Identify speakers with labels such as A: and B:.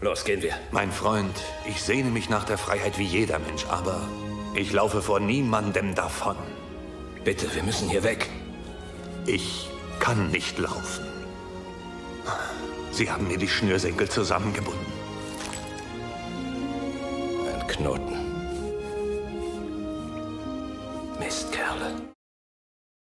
A: Los, gehen wir.
B: Mein Freund, ich sehne mich nach der Freiheit wie jeder Mensch, aber ich laufe vor niemandem davon.
A: Bitte, wir müssen hier weg.
B: Ich kann nicht laufen. Sie haben mir die Schnürsenkel zusammengebunden.
A: Ein Knoten. Mistkerle.